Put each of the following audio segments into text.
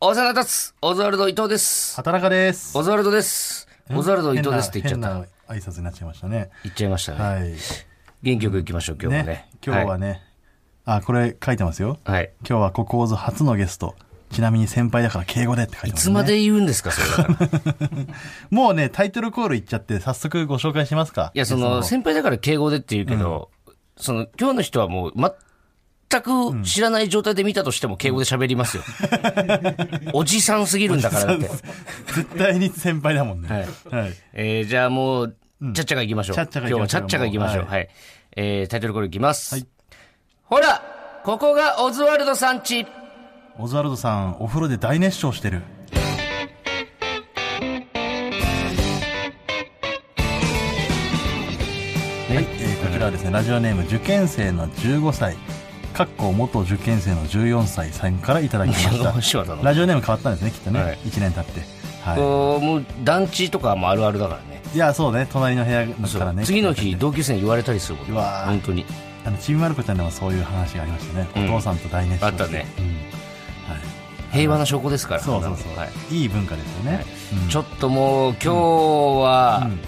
オズワルドです。オズワルド伊藤です。畑中ですオズワルドです。オズワルド伊藤ですって言っちゃった。た挨拶になっちゃいましたね言っちゃいましたね。はい元気よく行きましょう、今日はね。ね今日はね、あこれ書いてますよはい。はい。今日はここオズ初のゲストちなみに先輩だから敬語でって書いています、つね、まで言うんですか、それだ から。いもうねタイトルコールいっちゃって早速ご紹介しますかや、その、先輩だから敬語でって言うけど、その、今日の人はもう、全く知らない状態で見たとしても敬語で喋りますよ。おじさんすぎるんだからだって。 絶対に先輩だもんねはい、えーじゃあもう、ちゃっちゃが行きましょう。ちゃっち今日ゃか行きはましちょゃうっちゃが行きましょう。もうはい。えータイトルコールいきます。はいほらここがオズワルドさんちオズワルドさんお風呂で大熱唱してるはい、えーこちらはですね、ラジオネーム受験生の15歳かっこ元受験生の14歳さんからいただきまいや 面し白いなたラジオネーム変わったんですねきっとね、はい1年経って、はこうもう団地とかもあるあるだからねい、いやそうね隣の部屋だからね次の日同級生に言われたりすることうわー本当にあのちびまる子ちゃんでもそういう話がありましたね、うんお父さんと大熱唱してあったねうんはい、平和な証拠ですからそうそうそう、はいい、い文化ですよね、うんちょっともう今日は、うん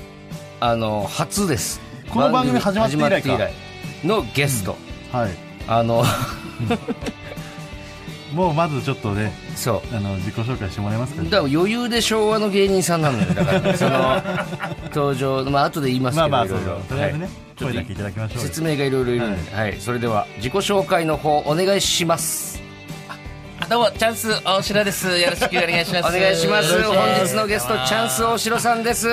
あの初ですこの番組始まって以来始かまって以来のゲスト、はいあの もうまずちょっとねそうあの自己紹介してもらえますか、だから余裕で昭和の芸人さんなのよだから、そ の登場まあ後で言いますけまどあまあいそろういそろうとりあえずね、はいちょっ声とだけいただきましょうよ説明がいろいろいるんで、はいそれでは自己紹介の方お願いしますどうも、チャンス大城です。よろしくお願いしまおす。願いしますよろく本お願いし日のゲストチャンス大城さんです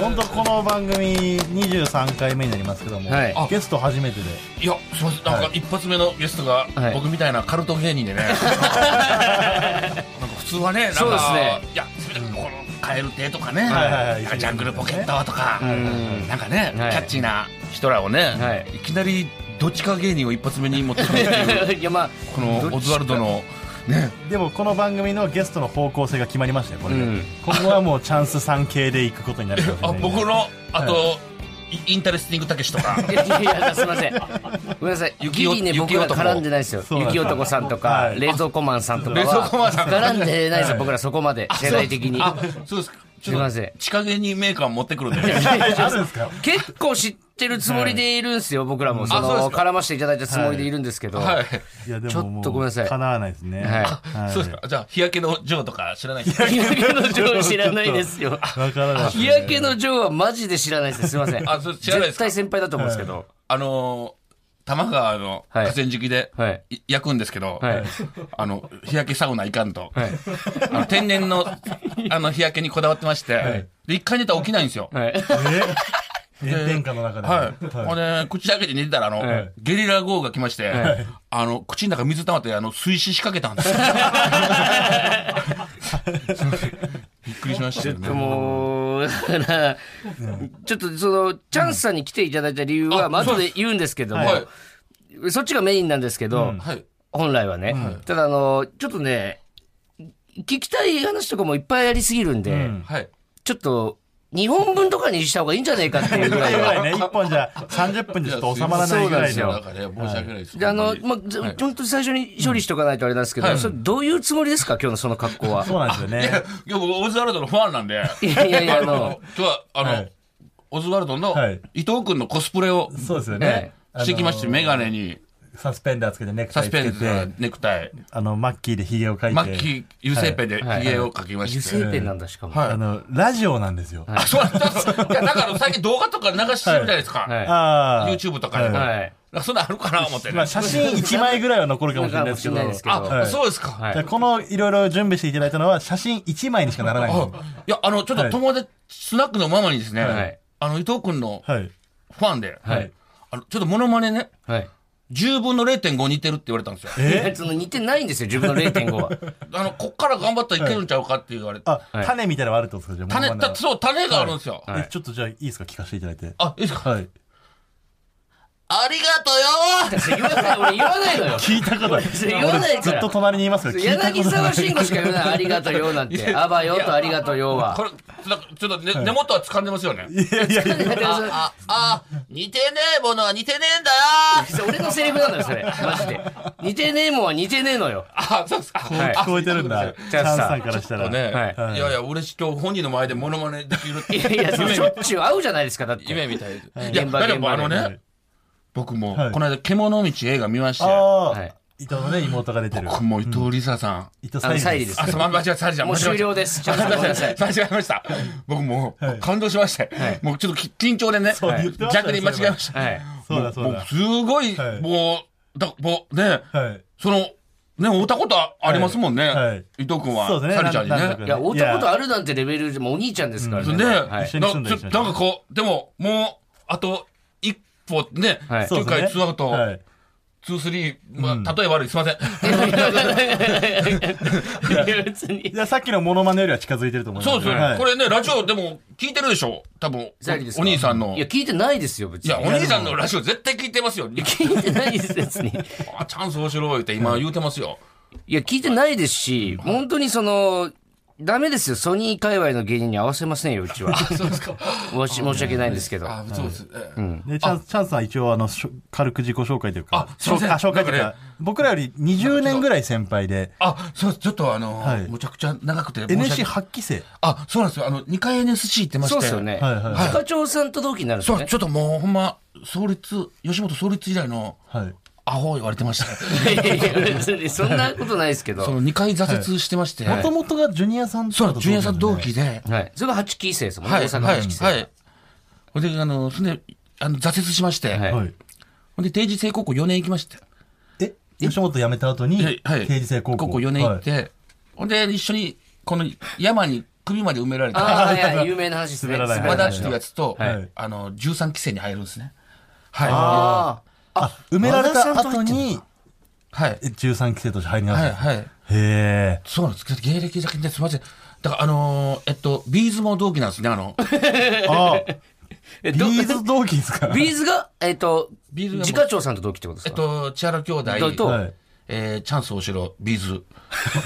本当この番組23回目になりますけども、はいあゲスト初めてでいや、すみません、なんか一発目のゲストがはい、僕みたいなカルト芸人でね。なんか普通はね、なんか、そうですねいや、すみません、この蛙亭とかね、はいはいはいなんかジャングルポケットとか、んなんかね、はいキャッチーな人らをね、はいい、きなり。どっちか芸人を一発目に持ってくるっていう、いやまあこのオズワルドの。ね、でもこの番組のゲストの方向性が決まりましたよこれで、うん今後はもうチャンス3系で行くことになるかもしれあ、ない僕の、あと、イインタレスティングたけし とか。いやいやすいませんごめんなさい雪ギリね僕雪ら男絡んでないですよそうなんです雪男さんとかはい冷蔵庫マンさんとか冷蔵庫マンさはんとか絡んでないですはよい僕らそこまで世代的にあ、そうですか。すいません地下芸人メーカー持ってくるんだよね。 あるんですか結構知ってるつもりでいるんですよ僕らもそあそうでのすか絡ませていただいたつもりでいるんですけどはい。いやでちょもっともごうめんなさい叶わないですねはいはいそうですか。じゃあ、日焼けのジョーとか知らないですか。日焼けの女王知らないですよ。わからない日焼けの女王はマジで知らないです。すいません。あそう知らないで絶すか対先輩だと思うんですけど。あのー、多摩川のはい河川敷で、はいい焼くんですけど、はいあの、日焼けサウナいかんと。はいあの天然の、あの、日焼けにこだわってまして、で、一回寝たら起きないんですよ。はい。はい。え炎天下の中で、ほんで、口開けて寝てたら、あの、はいゲリラ豪雨が来まして、はいあの、口の中水溜まって、あの、水死しかけた んですよ。 びっくりしましたよね。もう、だから、ちょっとその、チャンスさんに来ていただいた理由は、あまあ、後で言うんですけども、はい。そっちがメインなんですけど、はい。本来はね。ただ、あの、ちょっとね、聞きたい話とかもいっぱいありすぎるんで、んはい。ちょっと、2本分とかにした方がいいんじゃないかっていうぐらいやはばいね1本じゃ30分じゃちょっと収まらないぐらいそうのなだから、申し訳ないです。であの本、当にまあ、ずはい本当に最初に処理しておかないとあれなんですけど、はいそれどういうつもりですか、今日のその格好は。そうなんですよいやね、いや僕、オズワルドのファンなんで、いやいやいや、ああのの、、今日は、あの、はいオズワルドのはい伊藤君のコスプレをそうですよえね、してきまして、あのーメガネに、サスペンダーつけてネクタサイスつペけンスて、ネクタイ、あの、マッキーでヒゲを描いて。マッキー、油性ペンではいひげを描きま油して。性ペンなんだ、しかも。はいあの、ラジオなんですよ。あ、そうなんですいや、だから最近動画とか流してるじゃないですか。はい。ああ。 YouTube とかでも。は。ないんかそんなんあるかな思ってね。まあ、写真1枚ぐらいは残るかもしれない ですけど。なんかもしれないですけどあ、はいそうですか。はいだからこの、いろいろ準備していただいたのは、写真1枚にしかならないんですよ。あいや、あの、ちょっと友達、スナックのママにですね、はいあの、伊藤君のはい。ファンで、はいあのちょっとモノマネね、はい。 10分の0.5似てるって言われたんですよ。いやその似てないんですよ、自分の0.5は。あの、こっから頑張ったらいけるんちゃうかって言われて。あ、はい種みたいなのはあるってことですかじゃあ、種、モノマネだはそう、種があるんですよ。はいえちょっとじゃあ、いいですか聞かせていただいて。あ、いいですかはい。ありがとうよ言わない、俺言わないのよ。聞いたことない。言わないか俺らずっと隣にいますけど、聞いた柳ことな沢い。慎吾しか言わない、ありがとうよなんて。あばよとありがとうよはこ。れ、なんかちょっとね、根元は掴んでますよね。 いやいやい や、あ、あ、似てねえものは似てねえんだよ俺のセリフなのよ、それ。マジで。似てねえもんは似てねえのよ。あ、そうですか。こう聞こえてるんだ。チチャンスさんャンスさんからしたら。ね、、はいやいや、俺今日本人の前でモノマネできるっていやいや、それしょっちゅう会うじゃないですか、だって。夢みたいです。いや、現場だけ現ど場あでのはねい、僕もはい、この間、獣道映画見まして、あはあい、伊藤のね、妹が出てる。僕も伊藤梨沙さん、伊藤あ沙の、サイ莉リで。ですすあ、。そう、間違えた、サリじゃん。もう間違えた 終了です。ちゃんと間ごめん違なさい。えました。僕もうはい感動しまして、もうちょっとき緊張でね、そう言ってましたね逆に間違えました。はい。そうだそうもうだ。すごいはい、もう、だもうね、はい。その、ね、会ったことあありますもんはいはいね。伊藤君そうは、ですねサリちゃんになんねと。いいやや、会ったことあるなんてレベルでもうお兄ちゃんですからね、ね。はないち一緒ょに住んだりしましたなんかこう、でも、もう、あと、一歩ね、はい9回2アウト、はい。 2、3、まあ、例え悪い、すいません。い や別にい。や、さっきのモノマネよりは近づいてると思います。そうですよはね。いこれね、ラジオでも聞いてるでしょ多分サイリです、かお兄さんの。いや、い聞いてないですよ、別に。や、お兄さんのラジオ絶対聞いてますよ。聞いてないです、別に。あチャンス面白いって今言うてますよ。いや、聞いてないですし、本当にその、ダメですよ。ソニー界隈の芸人に合わせませんよ、うちは。そうですか。申し申し訳ないんですけど。あ、そうです。ええで、チャンス、チャンスは一応、あの、しょ軽く自己紹介というか、あすいません紹介紹介というなんかか、僕らより20年ぐらい先輩で、あ、そう、ちょっとあのはい、むちゃくちゃ長くて申し訳ない。 NC8 期生。あ、そうなんですよ。あの、2回 NSC 行ってまして。そうですよね。はいはいはい課長さんと同期になるんですそよう、ね。ちょっともうほんま、創立、吉本創立以来の、はい。アホ言われてました。いやいや、別にそんなことないですけど。そはの2回挫折してまして。もともとがジュニアさんそうなんですジュニアさん同期期で。い。それが8期生ですもんね。はい、大阪はのい、 8期生。はい。ほんで、あの、そんで、あの、挫折しまして。はいはい。ほんで、定時制高校4年行きまして。え、吉本辞めた後に、定時制高校。高校4年行っはい。て。ほんで、一緒に、この山に首まで埋められた、ああ、いや、有名な話ですね。滑らない和滑ら田っなていいうやつとはい、あの、13期生に入るんですね。はああ、埋められた後に、い。はいえ。13期生として入りましはた。い、はい。へえ。そうなんです。芸歴だけですいません。だから、あのー、えっと、ビーズも同期なんですね、あの。あ、あ。えビどーズ同期ですかビーズが、えっと、ビーズがもう自家長さんと同期ってことえですっかと、千原兄と弟とはい。えーチャンス大城、ビーズ、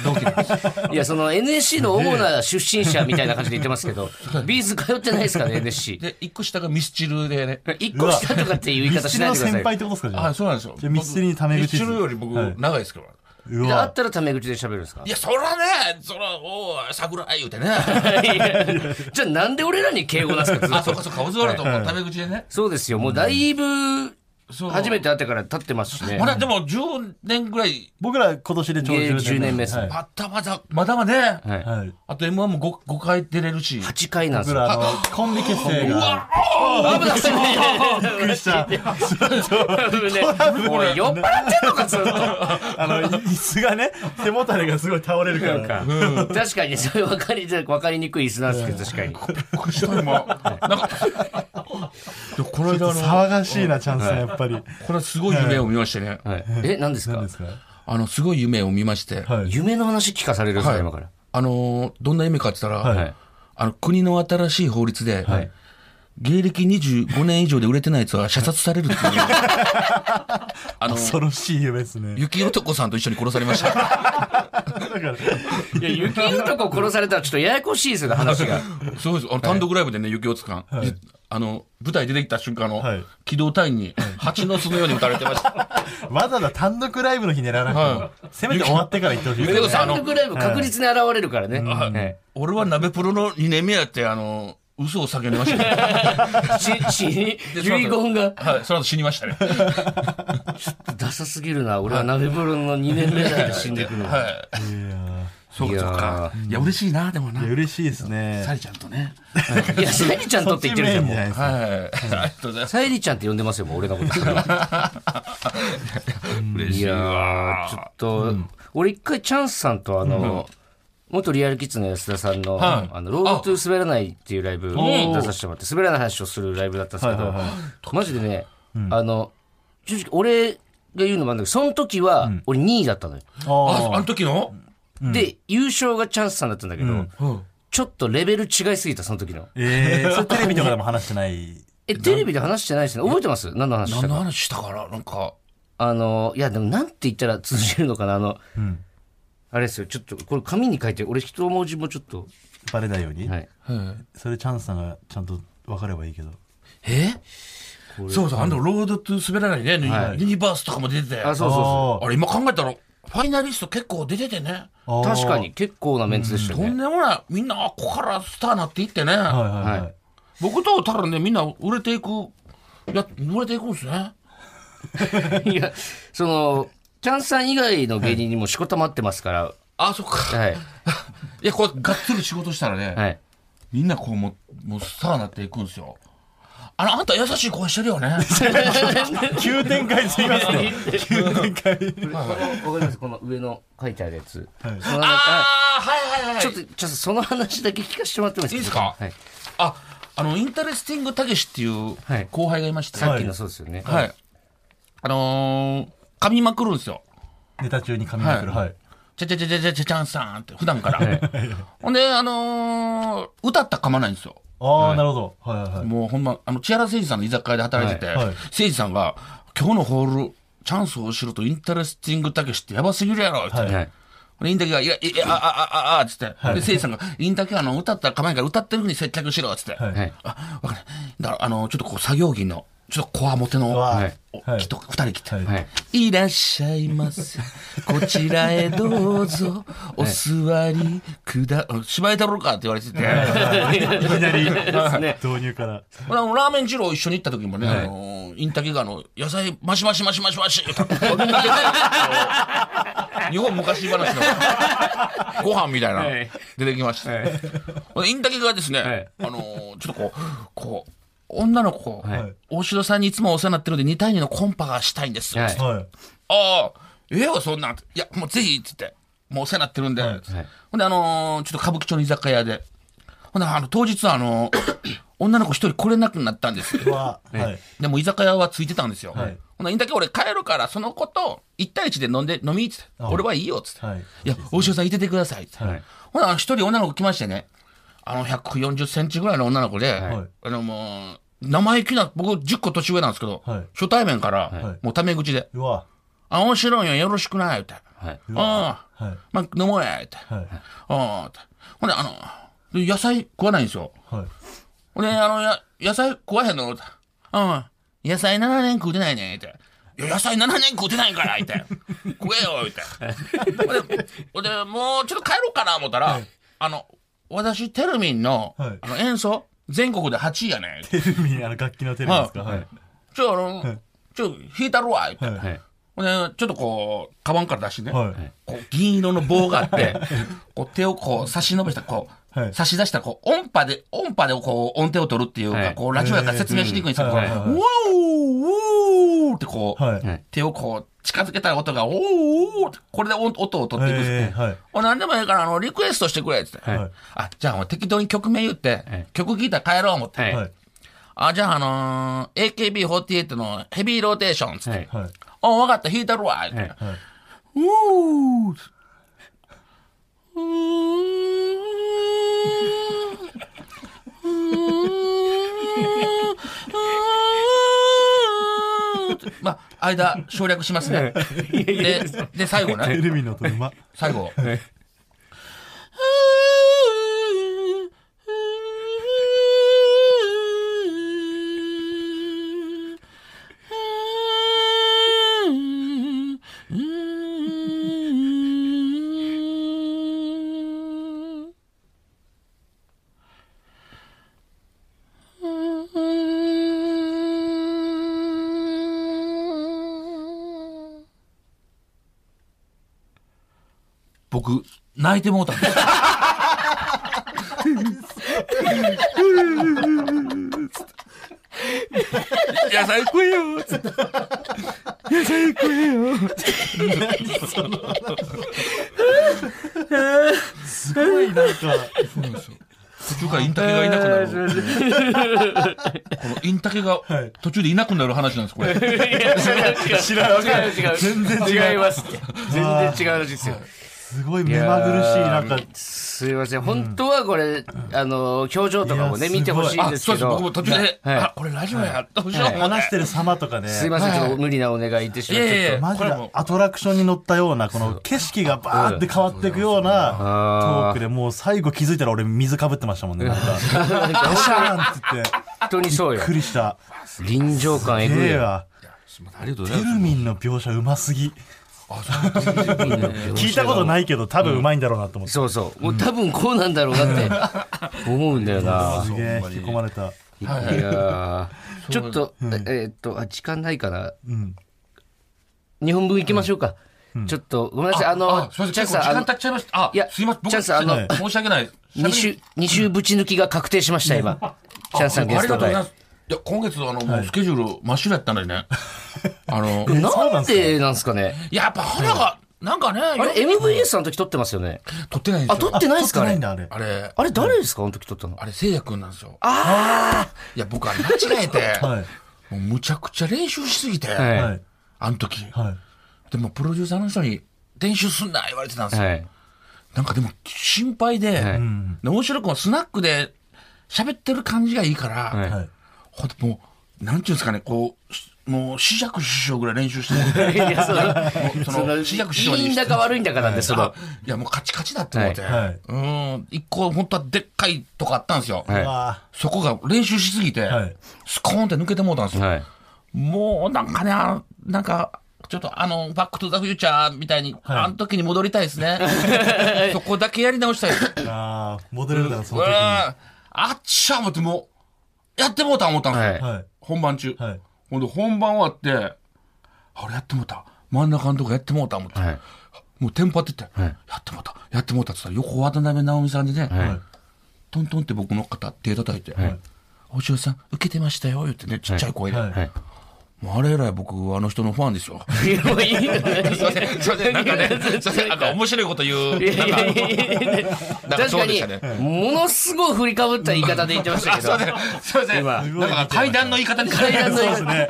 同期なんです。 いや、その NSC の主な出身者みたいな感じで言ってますけど、ビーズ通ってないですからね、NSC。で、一個下がミスチルでね。 一個下とかっていう言い方しないでくださミスチルの先輩っい。てことですかじゃあ、あ。そうなんですよ。じゃあミスチルにタメ口ミスチルより僕、はい長いですけど。うで、あわっ。たらタメ口で喋るんですかいや、そらね、そら、おー桜、言 うてね。いやじゃあなんで俺らに敬語出すかずっとあ、そっかそっか、オズワルドもタメ口でね。そうですよ。もうだいぶ、そう初めて会ってから経ってますしねま。だでも10年ぐらい、僕ら今年でちょうど芸歴10 10年年目ですはいまだまだ、まだまだね。はい。はい。あと M1 も 5, 回出れるし。 8回なんです僕よ。らあの、コンビ結成が。危ないびっくりした。危ない俺酔っ払ってんのか、ずっと。あの、椅子がね、背もたれがすごい倒れるから。確かに、それ分かりづらく、分かりにくい椅子なんですけど、確かに。これした今。なんか、でこのちょ間っとの、騒がしいな、チャンスさん、やっぱり。これはすごい夢を見ましてね。はいえ、何です何かですかあの、すごい夢を見まして。はい。夢の話聞かされるんですはか、い今から。あのーどんな夢かって言ったら、はいはいあの、国の新しい法律で、い芸歴25年以上で売れてないやつは射殺される っていう。あの、恐ろしい夢ですね。雪男さんと一緒に殺されました。だから、いや、雪男殺されたらちょっとややこしいですよね、話が。そうです。あの、単独ライブでね、雪男さん、はいあの、舞台出てきた瞬間あの、はい機動隊員に蜂の巣のように撃たれてました。わざわざ単独ライブの日狙わなくても、せめて終わってから行ってほしい雪で男すさん、あね。単の、独ライブ確実に現れるからね。はい俺は鍋プロの2年目やって、あの、嘘を叫んでました、 ね。し、し、遺で言が。はい、その後死にましたね。ダサすぎるな。俺は鍋風呂の2年目なんで死んでいくの。はい。いやそうか、そうか。いや、嬉しいな、でもーないや。嬉しいですサね。リちゃんとね。いや、さゆりちゃんとって言ってるじゃん、もう。ん。はい。ありがとうございます。さゆりちゃんって呼んでますよ、もう俺のこと。嬉いしいやわー、ちょっと、俺一回チャンスさんとあの、元リアルキッズの安田さんの、はいあの、ロードトゥー滑らないっていうライブおー出させてもらって、滑らない話をするライブだったんですけど、はいはいはマジでね、あの、正直俺が言うのもあるんだけど、その時は俺2位だったのよ。あ、ああの時ので、優勝がチャンスさんだったんだけど、んちょっとレベル違いすぎた、その時の。 えー、それテレビとかでも話してない。え、テレビで話してないですね。覚えてます何の話した何のか。話したからなんか、あの、いや、でもなんて言ったら通じるのかな。あの、んあれですよ。ちょっと、これ紙に書いて、俺一文字もちょっと、バレないように、はい。うんそれチャンスさんがちゃんと分かればいいけどえそうそう、あの、ロードトゥ滑らないね、ユニバースとかも出てて。あ、そうそうそああれ、今考えたら、ファイナリスト結構出ててね。う。ー確かに、結構なメンツでしたよとんね。でもない。みんな、あ、ここからスターなっていってね。はいはいははいい僕とたらね、みんな売れていく、や、売れていくんですね。いや、その、チャンスさん以外の芸人にもしこたまってますから、あ、そっか。はい。いや、こう、がっつり仕事したらね、はい。みんなこう、もう、もうスターになっていくんですよ。あの、あんた優しい声してる よね。急展開すぎますね 急展開このわかりますこの上の書いてあるやつ。そのあああ、はいはいはい。ちょっと、ちょっとその話だけ聞かせてもらってもいいですかいいはいで。あ、あの、インタレスティングたけしっていうはい後輩がいまして、さっはきい。のそうですよね。あのー、噛みまくるんですよ。ネタ中に髪まくるははいいちゃちゃちゃちゃちゃちゃちゃんさんって、普段から。ほんで、あのー、歌ったら噛まないんですよ。ああなるほどはいはいはいもうほんま、あの、千原誠司さんの居酒屋で働いてて、はいはい誠司さんが、今日のホール、チャンスを知るとインタレスティングたけしってやばすぎるやろって。はいはい。でインタケが、いや、いや、あ、あ、あ、あ、あ、つって。で、誠司さんが、インタケあの、歌ったら構えんから歌ってるふうに接客しろ、つって。はいはい。あ、わかんない。だから、あの、ちょっとこう、作業着の、ちょっとこわもての、わはいおはいきっと二人来て、はいはい。いらっしゃいませ。こちらへどう ぞ、お座りくだ、芝居太郎かって言われてて。いきなりね導入からほらあのラーメン二郎一緒に行った時もね、あのインタケがあの、野菜、マシマシマシマシ マシ。日本昔話 のご飯みたいな、はい出てきました。ほんでインタケがですね、はいあのーちょっとこう、こう、女の子、はい大城さんにいつもお世話になってるので2対2のコンパがしたいんです。はいはいああ、ええよ、そんなん。いや、もうぜひ、つって。もうお世話になってるんで。ほんで、あのーちょっと歌舞伎町の居酒屋で。ほんで、あの、当日は、あの ー女の子一人来れなくなったんです。うわはいでも、居酒屋はついてたんですよ。はいほんで、いいんだけ俺帰るから、その子と、一対一で飲んで、飲み、つって。あ俺はいいよ、つって。はいい、や、大塩さんいててください、つって。はいほんで、あの一人女の子来ましてね。あの、140センチぐらいの女の子で、はいあの、もう、生意気な、僕10個年上なんですけど、はい初対面から、はいもうタメ口で、うわあ、面白いよ、よろしくない、って。はい。うん。はいまあ、飲もうや、って。はいああ、って。ほんで、あの、で野菜食わないんですよ。はいほんで、あの、や野菜食わへんのって。うん。野菜7年食うてないね、って。いや、野菜7年食うてないから、って。食えよ、って。ほんで、ほんで、もうちょっと帰ろうかな、思ったら、あの、私、テルミンの、はいあの、演奏、全国で8位やねん。テレビあの楽器のテレビですかはいちょ、あの、ちょ、弾いたるわ、って。はいはい。ほんで、ちょっとこう、カバンから出してね。はいこう銀色の棒があって、こう手をこう差し伸べた、こう、はい差し出したらこう音波で、音波でこう音程を取るっていうか、はいこうラジオやから説明しにくいんですけど、えーこううんウォーウォーってこう、はいはい。手をこう近づけたら音が、おーおーってこれで音音を取っていくんですえね。ーはいお何でもいいから、あの、リクエストしてくれ、つって。はいあ、じゃあ、適当に曲名言って、はい曲聴いたら帰ろう思って。はい。ははいい。あ、じゃあ、あのー AKB48 のヘビーローテーション、つって。はい。はいあ、わかった、弾いたるわ、って。はいはいうーうー まあ、間省略しますね。で、で、最後テね。レビの音うま最後。僕、泣いてもうたんです。野菜食えよ野菜食すごいなんか途中からインタケがいなくなる。このインタケがはい途中でいなくなる話なんです、これ。いや違う違う違う。全然違いますって。全然違う話ですよ。すごい目まぐるしい、なんか、すいません。本当はこれ、あの、表情とかもね、いや見てほしいんあ、ですそうけです。僕もど、途中で、はいあ、これラジオや、どうしようもな話いしてる様とかね。すいません。ちょっと無理なお願いいてしまっいやいて。やいやマジこれでもアトラクションに乗ったような、この景色がバーって変わっていくようなトークで、もう最後気づいたら俺水かぶってましたもんね。なんか、おしゃーんって言って、本当に そうびっよく。りした。臨場感えぐいええよ。わ。すいませんありがとうごテざいます。ルミンの描写うますぎ。聞いたことい。ないけど、多分うまいんだろうなと思って。そうそう。もう多分こうなんだろうなって思うんだよな。すげえ引き込まれた。いやーちょっと、えーっと、あ、時間ないかな。うん。日本分行きましょうか。ちょっと、ごめんなさい。あの、あ、すいません。チャン結ス構さん、時あ間の経っちゃいました。あ、いやすいません。僕チャンスあのちょっと申し訳ない。二週、二週ぶち抜きが確定しました、今。チャンスさんゲあスりがとトうござい会ま。す。いや、今月、あの、もうスケジュール真っ白やったのに ね。あの、えそうななんんすかでなんですかね。やっぱ花が、なんかね、あれ、MVS の時撮ってますよね。撮ってないんであ、すよ撮。ってないですか撮あってないんれ。だ、あれ。あれ、あれ、誰ですかあの時撮ったの。あれ、せいやくんなんですよ。ああいや、僕あれ間違え て、はい。もうむちゃくちゃ練習しすぎて、はいはい。あの時。はい。でも、プロデューサーの人に、練習すんな、言われてたんですよ。はい。なんかでも、心配で、はいうん。で面白くもスナックで喋ってる感じがいいから、はいはい。ほんともう、なんていうんですかね、こうし、もう、四尺師匠ぐらい練習して るいや、その、そその、の、四尺師匠いいにんだか悪いんだかなんで、そのあ、いや、もうカチカチだって思って。はいはいうーん。一個、本当はでっかいとこあったんですよ。はいうわそこが練習しすぎて、はいスコーンって抜けてもうたんですよ。はい。もう、なんかね、あなんか、ちょっとあの、バックトゥザフューチャーみたいに、あの時に戻りたいですね。そこだけやり直したいです。ーあー、戻れるだろ、そうの時わに。ーあっちゃ思ってもう、やってもうた思ったんですよ。ははい。本番中。はい。ほんで本番終わって、あれやってもうた。真ん中のとこやってもうた思って。い。はい。もうテンパってて、いやってもうた、やってもうたって言ったら、横渡辺直美さんでね、はい。トントンって僕の方手叩いて、いお嬢さん、受けてましたよ、言ってね、ちっちゃい声で。はいはいはい。もうあれ以来僕、あの人のファンですよ。いやもういいよすいません、すいません、なんかね、すいません、なんか面白いこと言う。なんかなんか確そかうでにしたね、ものすごい振りかぶった言い方で言ってましたあ、け すいまどせん、すいません。今なんか階段の言い方に階段のそうですね。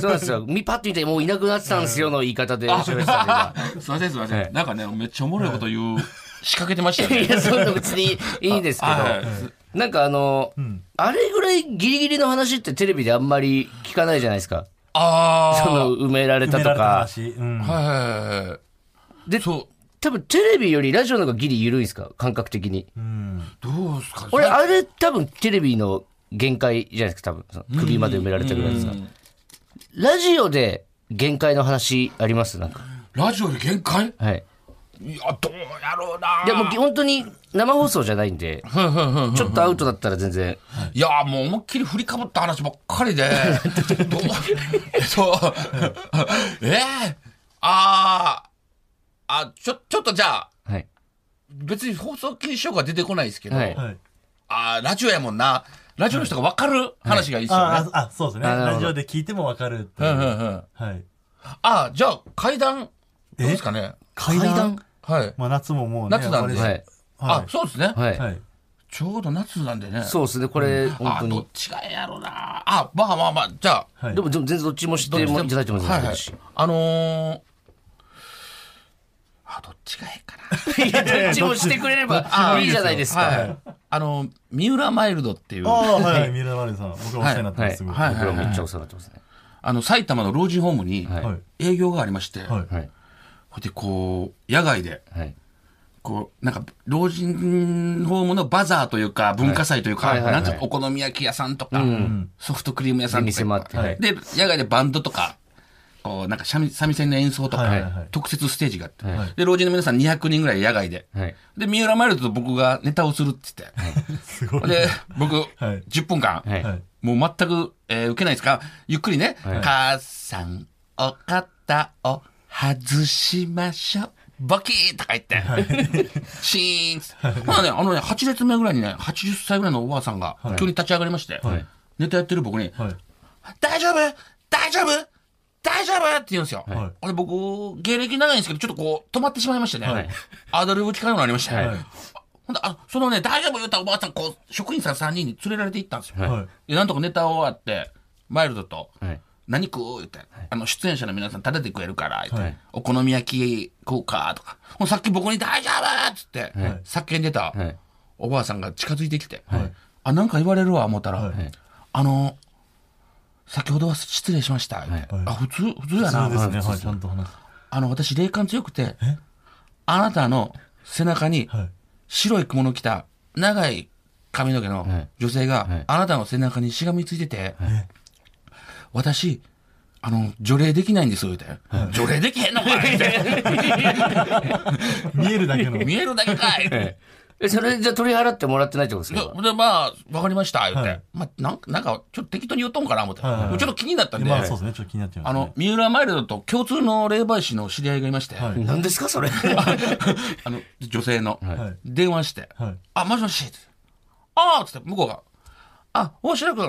そうなんですよ。みパッと見て、もういなくなってたんですよの言い方で喋ってたんで今すいません、すいませはいん。なんかね、めっちゃおもろいこと言う、仕掛けてました よいね。や、そんな別にいいですけはど。なんかあの、あれぐらいギリギリの話ってテレビであんまり聞かないじゃないですか。そあの埋められた埋とめられたか。話。うん。あ。はいはいはいはい。で、そう。多分テレビよりラジオの方がギリ緩いですか感覚的に。うん。どうすか俺、あれ多分テレビの限界じゃないですか、多分。その首まで埋められたぐらいですから。ラジオで限界の話ありますなんか。ラジオで限界はい。いや、どうやろうないや、もう本当に生放送じゃないんで、ちょっとアウトだったら全然。いや、もう思いっきり振りかぶった話ばっ かりで。どうそう。ええあーあ、ちょ、ちょっとじゃあ、はい。別に放送禁止用語は出てこないですけど、はいはい。ああ、ラジオやもんな。ラジオの人が分かる話がいいですよね。ああ、あそうですね。あなるほどラジオで聞いてもわかるっていううんうんうん。はい。ああ、じゃあ、階段、どうですかね。階階段はい。まあ夏ももうね。夏なんで終わはりい。あは、。そうですね。はいい。はい。ちょうど夏なんでね。そうですね、これ、本あ当どっに。ちがええやろな。あ、まあまあまあ、じゃあ、はいでも、でも全然どっちもしてもいただいても全は然いいはいいし。あのー、あ、どっちがええかな。いや、どっちもしてくれればあいいじゃないですはか。い。あの、三浦マイルドっていう、あああ、はいはい。ミラマルさん。僕がお世話になってます。すごい。ははいい。僕らめっちゃお世話になってますね。の、埼玉の老人ホームにはいはい。営業がありまして、ほはい。はい。いでこう、野外で、はい。こう、なんか、老人ホームのバザーというか、文化祭というか、はいはいはいなはいんかお好み焼き屋さんとか、ソフトクリーム屋さんとか。で店もあってはいで、野外でバンドとか、こう、なんか三味三味線の演奏とか、はいはいはい特設ステージがあって、はで、老人の皆さん200人ぐらい野外で。はい。で、三浦マイルドと僕がネタをするって言って。すごい。で、僕、い10分間、はい。はい。もう全く、えー受けないですかゆっくりね、母さん、お肩を外しましょう。ボキーンとか言って、シーンっつって。まあね、あのね、8列目ぐらいにね、80歳ぐらいのおばあさんが、急に立ち上がりまして、いネタやってる僕に、はい。大丈夫大丈夫大丈夫って言うんですよ。はいあれ僕、芸歴長いんですけど、ちょっとこう、止まってしまいましてね。アドリブ聞かなくなりましたね。はいほんで、あ、そのね、大丈夫言うたおばあさん、こう、職員さん3人に連れられて行ったんですよ。はい。で、なんとかネタ終わって、マイルドと、はい。何食う言って、あの、出演者の皆さんタダで食えるから、言って、お好み焼き食うか、とか、もうさっき僕に大丈夫っつって、叫んでた、はいおばあさんが近づいてきて、あ、なんか言われるわ、思ったら、あの、先ほどは失礼しました、言ってはいあ、普通、普通やそうな。ですね、はい、ちゃんと話す。あの、私、霊感強くて、あなたの背中にはい。白い着物着た長い髪の毛の女性はいがあなたの背中にしがみついてて、私、あの、除霊できないんですよ、言うて。除霊できへんのかいって見えるだけの。見えるだけかいって。ええそれじゃあ取り払ってもらってないってことですでか、でまあ、わかりました、言って。はいまあ、なんか、なんか、ちょっと適当に言っとんかな、思って。はいはいはいちょっと気になったんで、まあそうですね、ちょっと気になってます、ね。あの、、三浦マイルドと共通の霊媒師の知り合いがいまして、はい。何ですか それ。 あの、女性の、はい。電話して、はい。あ、もしもし。ああつって、向こうが。あ、大白くん、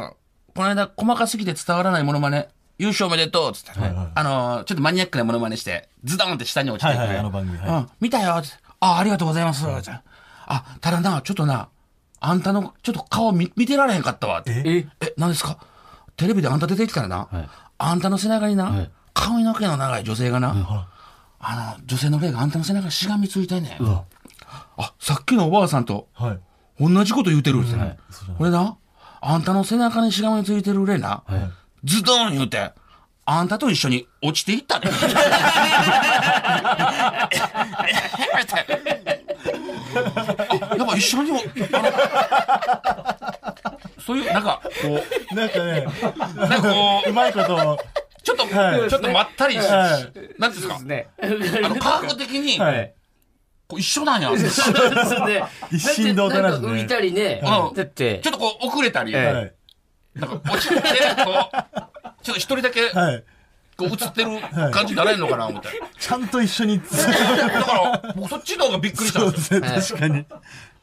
この間、細かすぎて伝わらないモノマネ、優勝おめでとうつって、いはいあのーちょっとマニアックなモノマネして、ズドンって下に落ちはて、いはい、あの番組。うはん、見たよつって、あ、ありがとうございます、つってあ、ただな、ちょっとな、あんたの、ちょっと顔見見てられへんかったわ。ってええ、何ですかテレビであんた出てきたらな、あんたの背中にな、髪の毛の長い女性がな、あの、女性の霊があんたの背中にしがみついてんねん。あ、さっきのおばあさんとい。はい。同じこと言うてるんですよねそうじゃな。いこれな、あんたの背中にしがみついてる霊な、ズドン言うて、あんたと一緒に落ちていったね。 あやっぱ一緒にも、あのそういう、なんか、こなんかね、う、なんかこうまいことを。う、ちょっと、はいちょっとまったりし、はないんていうんですか、ね。あの、科学的に、はい。こう一緒なんや。そうね一心同体なんですだってなねんか浮いたりね。はいだってちょ、っとこう、遅れたり、えはい。なんか落ちて、こう、ちょっと一人だけ、はい。こう映ってる感じになれんのかな思って。ちゃんと一緒に。だから、僕そっちの方がびっくりしたんそうですよ。ですね、確かに。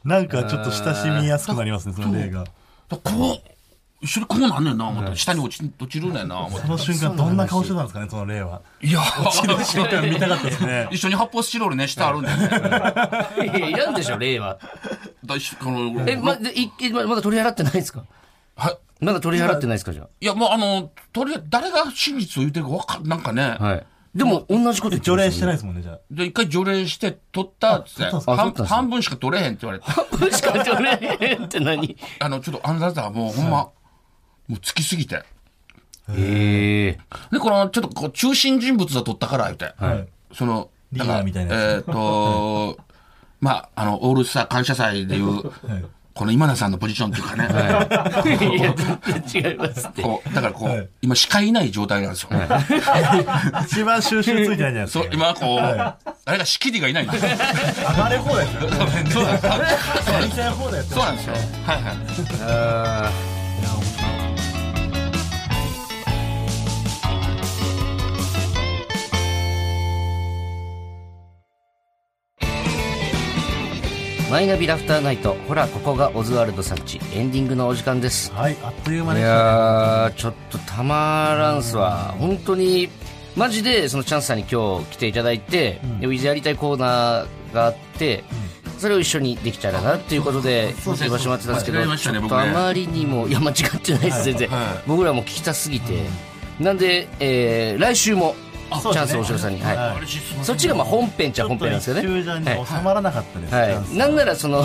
なんかちょっと親しみやすくなりますね、その例が。だからこう、一緒にこうなんねんな思って、下に落ち、落ちるねんな思ってそ。の瞬間、どんな顔してたんですかね、その例は。いや、瞬間見たかったですね。一緒に発泡スチロールね、下あるんだよね。だかいやいらんでしょ、令和。ら一緒このえ、ま、で、い、いままだ取り払ってないですかはまだ取り払ってないですかじゃいや、もうあの、とりあえず誰が真実を言ってるかわかん、なんかねあ。。はい。でも、同じこと言って除ま霊すしよ てないですもんね、じゃあ。で、一回除霊して、取ったっつって、あ取ったんすか半あ取ったんすね半分しか取れへんって言われて、もしか除霊って何あの、ちょっとあなたはもうほんま、もうつきすぎて。ええ。で、この、ちょっとこう、中心人物だとったから、言うて。はい。その、リーだダーからみたいなやつえっ、と、まあ、あの、オールスター感謝祭でいう、はいこの今田さんのポジションっていうかね、 いや、全然違いますって。こう、だからこう、はい今、司会いない状態なんですよ。一番収集ついてないじゃないですそうか。、今、こう、はあれが仕切りがいないんですよ。暴れ放題ですよ。そうなんですよ。みたいな放題やってそうなんですよ。はいはい。マイナビラフターナイト、ほら、ここがオズワルドさんち、エンディングのお時間です。はい、あっという間いでした。やー、ちょっとたまらんすわ。本当に、マジで、そのチャンスさんに今日来ていただいて、でウィズやりたいコーナーがあって、それを一緒にできたらなっていうことで、うそう言わせてもらってたんですけ間違ど、えましたねちょっ僕とあねまりにも、いや、間違ってないです、全然。はい僕らも聞きたすぎて。なんで、えー来週も、チそうでャすンねス大城さんに。はいはい嬉しいっすそっちがまあ本編っちちゃょ本っと編なんですよね。一周じゃにはい収まらなかったです。はい、なんならその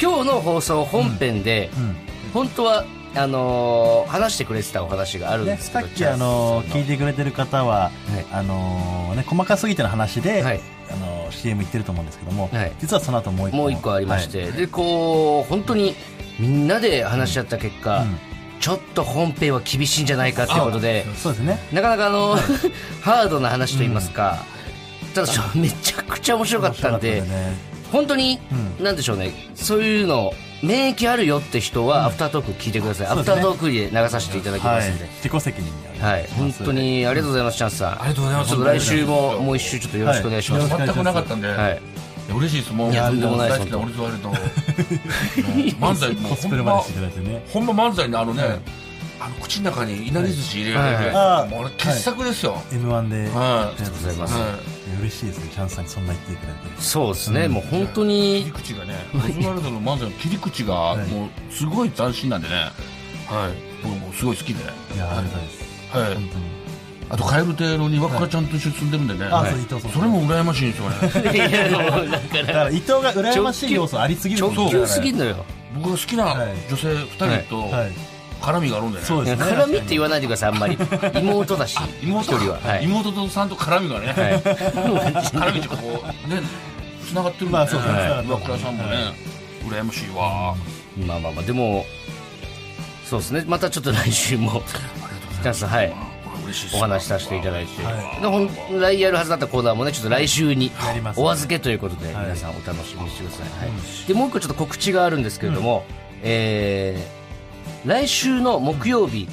今日の放送本編で、うん本当はあのー話してくれてたお話があるんね、ですけさど、っきあのチャ聞ンいてくれてる方は、はいあのね細かすぎての話で、はいあの CM 言ってると思うんですけども、はい実はその後もうス一の個もう一個ありまして、でこう本当にみんなで話し合った結果、うんちょっと本編は厳しいんじゃないかということではいそうですね。なかなかあのハードな話といいますか、ただそのめちゃくちゃ面白かったんで面白かったね本当に、うなんでしょうねそういうの免疫あるよって人はアフタートーク聞いてください、そうアでフすねタートークで流させていただきますんで、自己責任でありますはい、本当にありがとうございます、チャンスさん。ありがとうございます。来週も、もう一周ちょっとよろしくお願いします。ははい全くなかったんで、い。いや嬉しいです。もう、いやとんでもないです大好きなオルズワルド。もう漫才もコスプレまでしていただいてね。ほんま漫才のあのね、あの口の中にいなり寿司入れるはいはいはいもうあれ傑作ですよ。 M1 で、はありがとうございます。い。嬉しいですね。チャンスさんにそんな言っていただいて。そうですね、もう本当切りに、口がね、オズワルドの漫才の切り口がいもうすごい斬新なんでね、はい。僕もうすごい好きで。いやありがたいです。はい本当にあと蛙亭のにわっかちゃんと一緒に住んでるんでね、あはいそう伊藤さんそれも羨ましいんですよねいやもうだかだらから伊藤が羨ましい要素ありすぎるんですよ直球すぎんはのよ僕が好きな女性2人いとはい絡みがあるんでね、そうですね絡みって言わないでくださいあんまり妹だし妹一人ははい妹とさんと絡みがね、はい絡みっていうかこうね繋がってるんまだあねそうですねはい岩倉さんもね、羨ましいわ まあまあまあでもそうですねまたちょっと来週もチャンスはいこれ嬉しいっすおね話しさせていただいて、はで本来やるはずだったコーナーもねちょっと来週にやりますねお預けということで、はい皆さんお楽しみにしてください、はいでもう一個ちょっと告知があるんですけれども、えー来週の木曜日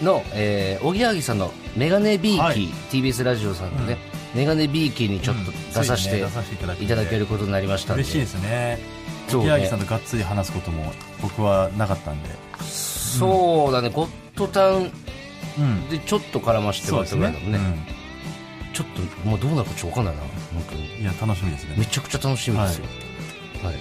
の、えー、おぎやはぎさんの「メガネビーキー」はい TBS ラジオさんのね、メガネビーキーにちょっと出させてうんついにね出させていただけていただけることになりましたんで嬉しいですねそうね宮城さんとがっつり話すことも僕はなかったんでそうだねゴッドタウンうんでちょっと絡ませてもそうらっでたぐらいすねだもんねちょっともうどうなるかちょっと分かんないな本当にうんいや楽しみですめねちゃくちゃ楽しみですよ。はい。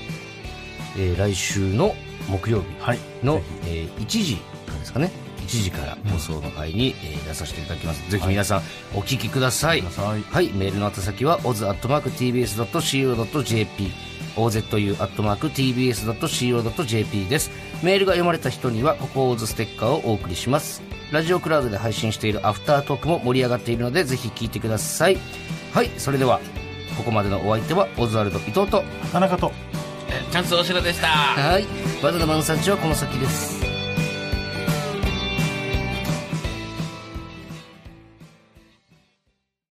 えー来週の木曜はい日のぜ、えー1時からですかね。1時から放送の会に、えー出させていただきます。ぜひ皆さんお聞きください。ひくだはさいい。メールの宛先は oz.tbs.co.jp ozu.tbs.co.jp です。メールが読まれた人には、ここオズステッカーをお送りします。ラジオクラウドで配信しているアフタートークも盛り上がっているので、ぜひ聞いてください。はい、それでは、ここまでのお相手は、オズワルド伊藤と、田中とえチャンスお城でしたはい。バナナマンさんちはこの先です。